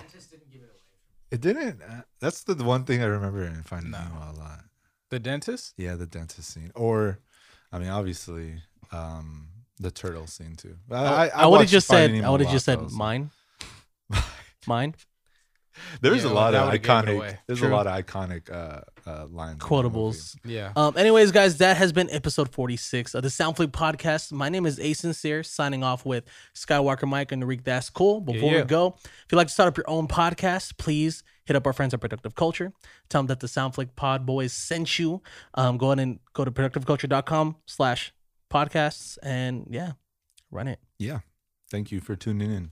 It didn't. uh, That's the one thing I remember in Finding No. Nemo a lot. The dentist? Yeah, the dentist scene, or I mean, obviously, um, the turtle scene too. I I, would have watched just said Finding I Nemo a would have lot, just said though, so- *laughs* mine. mine. There's Yeah, a lot that of would've gave it iconic. away. There's True. a lot of iconic uh, uh, lines. in the movie. Quotables. Yeah. Um, anyways, guys, that has been episode 46 of the Soundfleet Podcast. My name is A Sincere, signing off with Skywalker Mike and Narik That's Cool. Before yeah. we go, if you'd like to start up your own podcast, please hit up our friends at Productive Culture. Tell them that the Soundflake Pod Boys sent you. Um, go ahead and go to productiveculture.com slash podcasts and yeah, run it. Thank you for tuning in.